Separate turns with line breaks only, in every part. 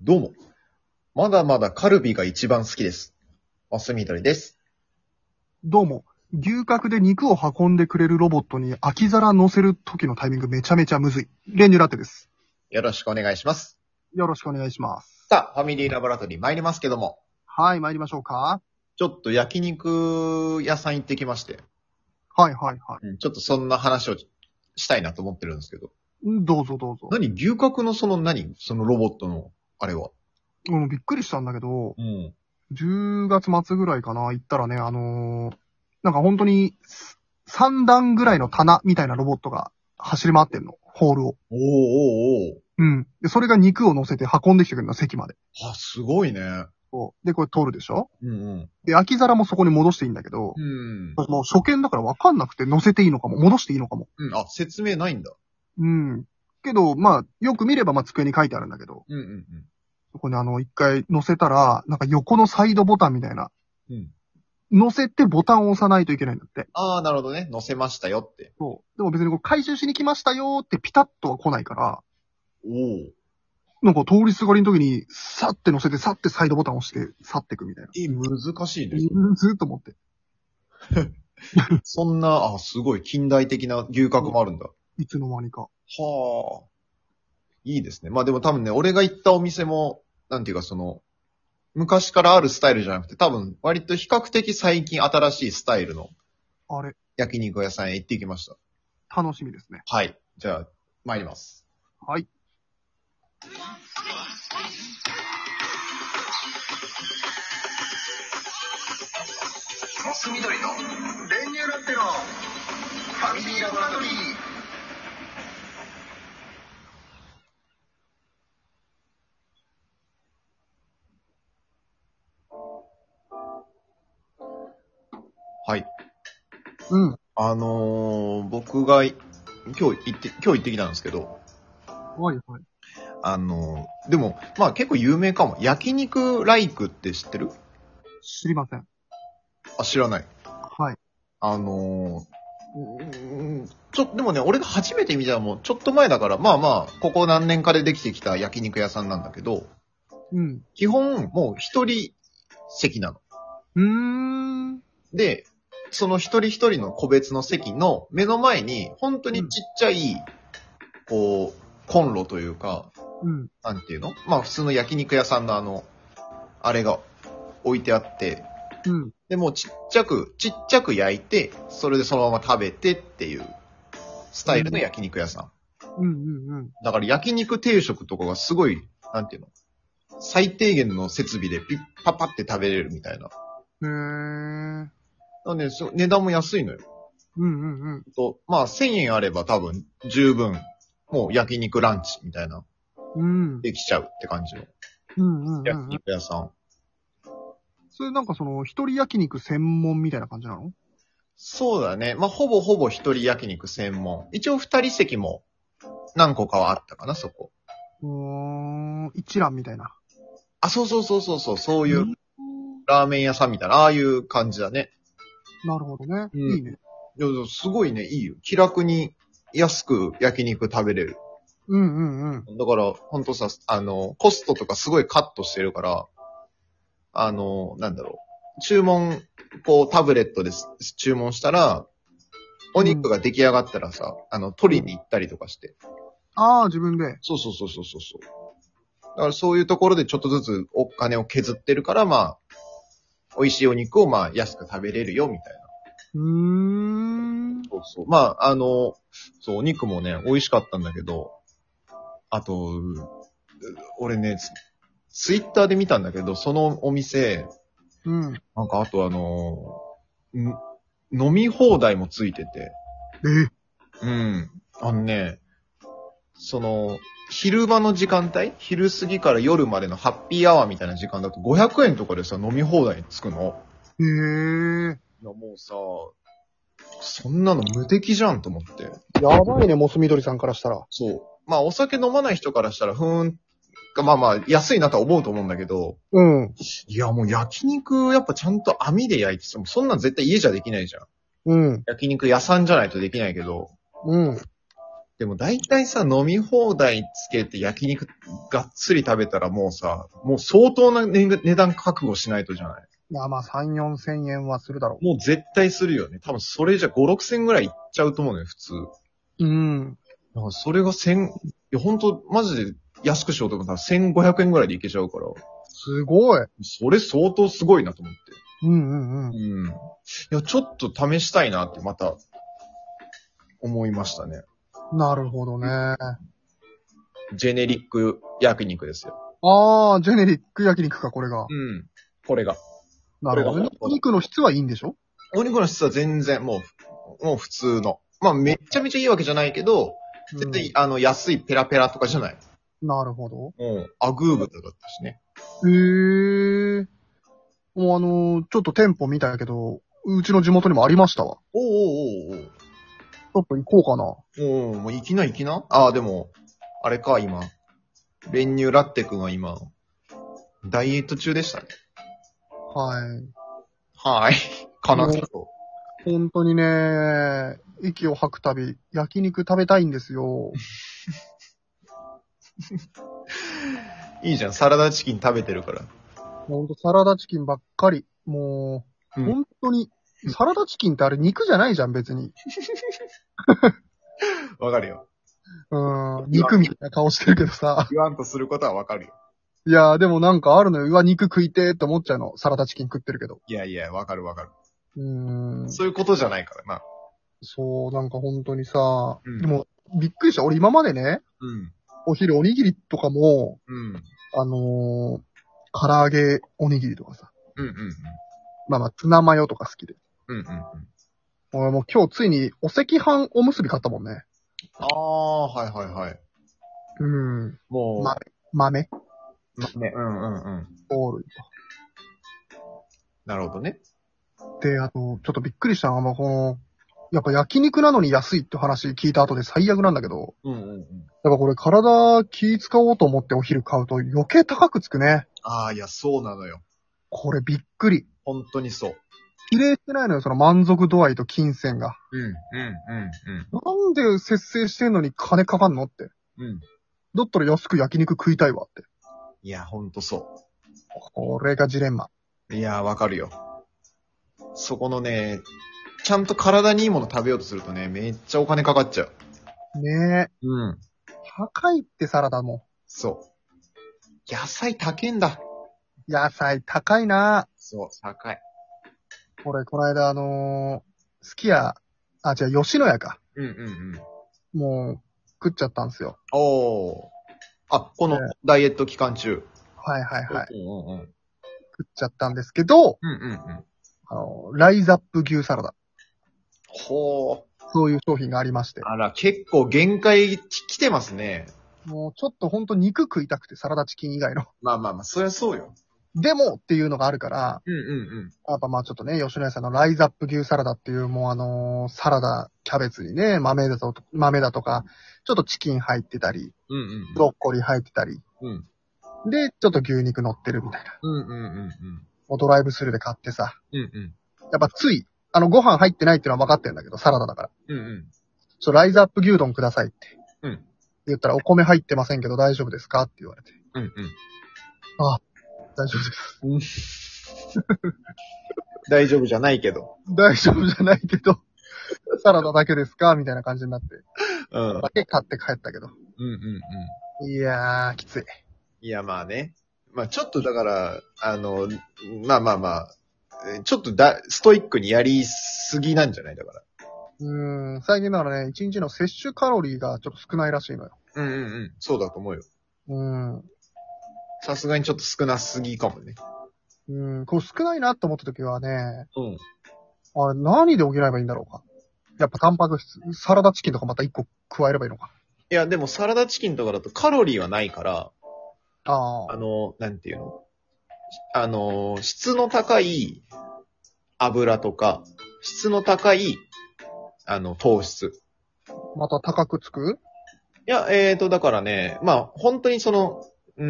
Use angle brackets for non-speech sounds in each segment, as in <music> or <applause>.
どうも。まだまだカルビが一番好きです。マスミドリです。
どうも、牛角で肉を運んでくれるロボットに空き皿乗せる時のタイミングめちゃめちゃむずい。練乳ラテです。
よろしくお願いします。
よろしくお願いします。
さあ、ファミリーラボラトリー参りますけども、
はい、参りましょうか。
ちょっと焼肉屋さん行ってきまして、
はい、はい、は
うんちょっとそんな話をしたいなと思ってるんですけど。
い。んどうぞどうぞ。
何牛角のその何そのロボットの、あれは。
俺もびっくりしたんだけど、
うん。
10月末ぐらいかな、行ったらね、あのーなんか本当に3段ぐらいの棚みたいなロボットが走り回ってんの、ホールを。
おーおーお
うん。で、それが肉を乗せて運んできてくれるの、席まで。
ー。あ、すごいね。
そうで、これ通るでしょ
うんうん。
で、空き皿もそこに戻していいんだけど、
うん。
もう初見だから分かんなくて乗せていいのかも、戻していいのかも。
うん、あ、説明ないんだ。
うん。けど、まあ、よく見れば、まあ、机に書いてあるんだけど、
うんうん
そこにあの、一回乗せたら、なんか横のサイドボタンみたいな、
うん。うん。
乗せてボタンを押さないといけないんだって。
あー、なるほどね。乗せましたよって。
そう。でも別にこう回収しに来ましたよーってピタッとは来ないから、
おー。
なんか通りすがりの時に、さって乗せて、さってサイドボタン押して、去ってくみたいな。
え、難しいね。
ずーっと思って。
そんな、あ、すごい近代的な牛角もあるんだ。
いつの間にか。
はあ。いいですね。まあでも多分ね、俺が行ったお店も、なんていうかその、昔からあるスタイルじゃなくて、多分割と比較的最近新しいスタイルの
あれ、
焼肉屋さんへ行ってきました。
楽しみですね。
はい。じゃあ、参ります。
はい。
モス緑の練乳ラテのファミリーラボラトリー。
はい。
うん。
あのー、僕がい、今日行って、今日行ってきたんですけど、
はいはい。
あのー、でも、まあ結構有名かも。焼肉ライクって知ってる
知りません。
あ、知らない。
はい。
あのー、ちょ、でもね、俺が初めて見たのも、ちょっと前だから、まあまあ、ここ何年かでできてきた焼肉屋さんなんだけど、
うん。
基本、もう一人席なの。
うーん。
で、その一人一人の個別の席の目の前に、本当にちっちゃい、こう、コンロというか、
うん。
なんていうのまあ普通の焼肉屋さんのあの、あれが置いてあって、
うん。
で、もうちっちゃく、ちっちゃく焼いて、それでそのまま食べてっていうスタイルの焼肉屋さん。
うんうんうん。
だから焼肉定食とかがすごい、なんていうの最低限の設備でピッパパって食べれるみたいな。
へー。
なんで、そう値段も安いのよ。
うんうんうん。
と、まあ、1000円あれば多分十分、もう焼肉ランチみたいな、
うん。
できちゃうって感じの
うんうんう
焼
んうん。
肉屋さん。
それなんかその、一人焼肉専門みたいな感じなの
そうだね。まあ、ほぼほぼ一人焼肉専門。一応二人席も何個かはあったかな、そこ。
うーん。一覧みたいな。
あ、そうそうそうそうそう、そう
そ
いうラーメン屋さんみたいな、ああいう感じだね。
なるほどね。
うん
いいね。
いやすごいね、いいよ。気楽に安く焼肉食べれる。
うんうんうん。
だから、ほんとさ、あの、コストとかすごいカットしてるから、あの、なんだろう。注文、こう、タブレットです注文したら、お肉が出来上がったらさ、あの、取りに行ったりとかして。
ああ、自分で。
そうそうそうそうそうそう。だからそういうところでちょっとずつお金を削ってるから、まあ、美味しいお肉をまあ安く食べれるよ、みたいな。
うーん。
そうそう。まあ、あの、そう、お肉もね、美味しかったんだけど、あと、う俺ね、ツツイッターで見たんだけど、そのお店、
うん。
なんかあとあの、ん飲み放題もついてて、
え、
うん。あのね、その、昼間の時間帯昼過ぎから夜までのハッピーアワーみたいな時間だと500円とかでさ、飲み放題つくの
へえ。
いや、もうさ、そんなの無敵じゃんと思って。
やばいね、モス緑さんからしたら。
そう。まあ、お酒飲まない人からしたら、ふーん、まあまあ、安いなとは思うと思うんだけど、
うん。
いや、もう焼肉、やっぱちゃんと網で焼いてさ、そんなん絶対家じゃできないじゃん。
うん。
焼肉屋さんじゃないとできないけど、
うん。
でも大体さ、飲み放題つけて焼肉がっつり食べたらもうさ、もう相当な値値段覚悟しないとじゃない
いや、まあ、3、4千円はするだろ
もう絶対するよね。多分それじゃ5、6千ぐらいいっちゃうと思うのよ、普通。
う。うん。
だからそれが千、いや、ほんと、マジで安くしようと思ったら1500円ぐらいでいけちゃうから、
すごい。
それ相当すごいなと思って。
うんうんうん。
うん。いや、ちょっと試したいなってまた、思いましたね。
なるほどね。
ジェネリック焼肉ですよ。
あー、ジェネリック焼肉か、これが。
うん。これが。
なるほどね
これ。が
お肉の質はいいんでしょ
お肉の質は全然、もう、もう普通の。まあ、めちゃめちゃいいわけじゃないけど、絶対、あの、安いペラペラとかじゃない。
うんなるほど。
うん。アグー豚だったしね。
へー。もうあのーちょっと店舗見たけど、うちの地元にもありましたわ。
おうおうおうおう
ちょっと行こうかな。
おーもういきな、いきなああ、でも、あれか、今。練乳ラッテくんは今、ダイエット中でしたね。
はい。
はーい。かな
お
と。
本当にね、息を吐くたび、焼肉食べたいんで
<laughs>
すよ。
いいじゃん、サラダチキン食べてるから。
ほんとサラダチキンばっかり。もう、
うん
本当に、サラダチキンってあれ肉じゃないじゃん、別に。
わかるよ。
うん、肉みたいな顔してるけどさ。
言わんとすることはわかるよ。
いやー、でもなんかあるのよ。うわ、肉食いてーって思っちゃうの。サラダチキン食ってるけど。
いやいや、わかるわかる。
うーん。
そういうことじゃないからな。
そう、なんか本当にさ、
うん
でも、びっくりした。俺今までね、
うん。
お昼おにぎりとかも、
うん。
あのー、唐揚げおにぎりとかさ。
うんうん
まあまあ、ツナマヨとか好きで。
うん。うんうんうん。
俺もう今日ついにお赤飯おむすび買ったもんね。
ああ、はいはいはい。
うん。
もう、
ま豆、
ね、うんうんうん。
オール
なるほどね。
で、あと、ちょっとびっくりしたのが、まあ、この、やっぱ焼肉なのに安いって話聞いた後で最悪なんだけど、
うんうんうん。
やっぱこれ体気使おうと思ってお昼買うと余計高くつくね。
ああ、いや、そうなのよ。
これびっくり。
本当にそう。
比例してないのよ、その満足度合いと金銭が。
うんうん
なんで節制してんのに金かかんのって。
うんうん。うん。
だったら安く焼肉食いたいわって。
いや、ほんとそ
これがジレンマ。
う。いや、わかるよ。そこのね、ちゃんと体にいいもの食べようとするとね、めっちゃお金かかっちゃう。
ねえ。
うん。
高いってサラダも。
そう。野菜高いんだ。
野菜高いな
そう、高い。
俺、この間あのー、すき家、あ、違う、吉野家か。
うんうんうん。
もう、食っちゃったんですよ。
おー。あ、この
ね
ダイエット期間中。
はいはいはい。
うんうんうん。
食っちゃったんですけど、
うんうんうん。
あの、ライザップ牛サラダ。
ほー。
そういう商品がありまして。
あら、結構限界き来てますね。
もうちょっとほんと肉食いたくて、サラダチキン以外の。
まあまあまあ、そりゃそうよ。
でもっていうのがあるから、
うんうん
やっぱまあちょっとね、吉野家さんのライザップ牛サラダっていう、もうあのーサラダ、キャベツにね、豆だと、豆だとか、ちょっとチキン入ってたり、
うん。うんうん。
ブロッコリー入ってたり、
うん。
で、ちょっと牛肉乗ってるみたいな。
うんうんうんうん。
もうドライブスルーで買ってさ、
うんうん。
やっぱつい、あの、ご飯入ってないっていうのは分かってるんだけど、サラダだから。
うんうん。
ちょ、ライザップ牛丼くださいって。
うん。
言ったら、お米入ってませんけど大丈夫ですかって言われて。
うんうん。
大丈夫です。 <laughs>
<laughs> 大丈夫じゃないけど。
大丈夫じゃないけど、サラダだけですかみたいな感じになって。
うん。うん
だけ買って帰ったけど。
うんうん。
いやー、きつい。
いや、まあね。まあちょっとだから、あの、まあまあまあ、えちょっとだ、ストイックにやりすぎなんじゃないだから。
うーん、最近ならね、1日の摂取カロリーがちょっと少ないらしいのよ。
うんうんうん。そうだと思うよ。
うん。
さすがにちょっと少なすぎかもね。
うん、こう少ないなと思った時はね、
うん。
あれ何で補えばいいんだろうか。やっぱタンパク質、サラダチキンとかまた1個加えればいいのか。
いや、でもサラダチキンとかだとカロリーはないから、
あ
あ
あ、
の、なんていうのあの、質の高い油とか、質の高い、あの、糖質。
また高くつく
いや、えーと、だからね、まあ、本当にその、うー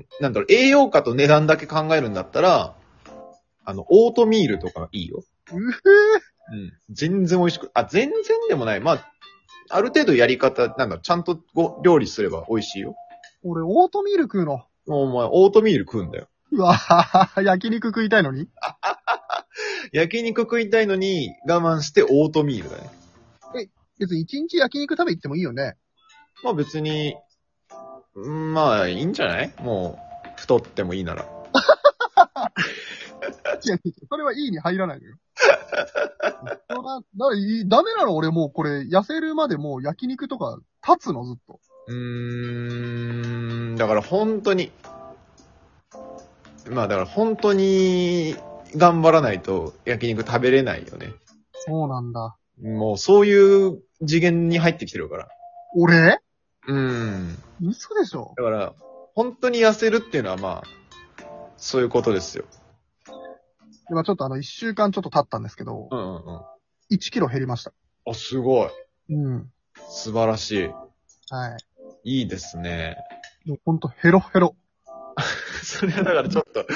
ん、なんだろう、栄養価と値段だけ考えるんだったら、あの、オートミールとかいいよ。
うふ
うん。全然美味しく、あ、全然でもない。まあ、ある程度やり方、なんだ、ちゃんとご料理すれば美味しいよ。
俺、オートミール食うの。
お前、オートミール食うんだよ。
うわぁ、 <laughs> 焼肉食いたいのに
焼肉食いたいのに我慢してオートミールだね。
別に一日焼肉食べ行ってもいいよね。
まあ別に、うんまあいいんじゃないもう、太ってもいいなら。
いや、それはいいに入らないのよ。 <laughs> そうだだいダメなの俺もうこれ、痩せるまでもう焼肉とか立つのずっと。
うーん、だから本当に、まあだから本当に頑張らないと焼肉食べれないよね。
そうなんだ。
もうそういう次元に入ってきてるから。
俺
うん。
嘘でしょ
だから、本当に痩せるっていうのはまあ、そういうことですよ。
今ちょっとあの、一週間ちょっと経ったんですけど、
うんうんうん。
1キロ減りました。
あ、すごい。
うん。
素晴らし。
はい
いいですね。
い。もうほんとヘロヘロ。
<laughs> それはだからちょっと、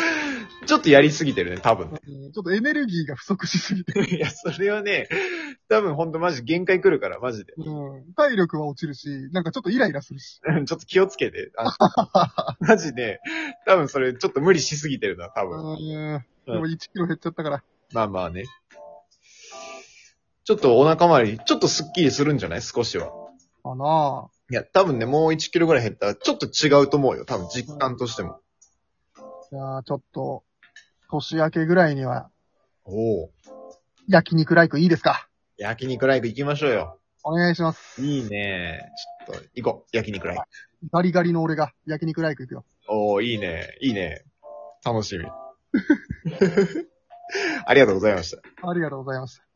ちょっとやりすぎてるね、多分ね。
ちょっとエネルギーが不足しすぎて。
<laughs> いや、それはね、多分ほんとマジ限界来るから、マジで。 <laughs>
うん。体力は落ちるし、なんかちょっとイライラするし。
うんちょっと気をつけて。 <laughs> あマジで、多分それちょっと無理しすぎてるな、多
う
分。
ん。でも1キロ減っちゃったから。
まあまあね。ちょっとお腹周り、ちょっとスッキリするんじゃない少しは。
かない
や、多分ね、もう1キロぐらい減ったら、ちょっと違うと思うよ。多分実感としても。
ぁ。じゃあ、ちょっと、年明けぐらいには、
おお。
焼肉ライクいいですか
焼肉ライク行きましょうよ。
お願いします。
いいねちょっと、行こう。焼肉ライク。
ガリガリの俺が焼肉ライク行くよ。
おー、いいね。いいね。楽しみ。ありがとうございました。
ありがとうございました。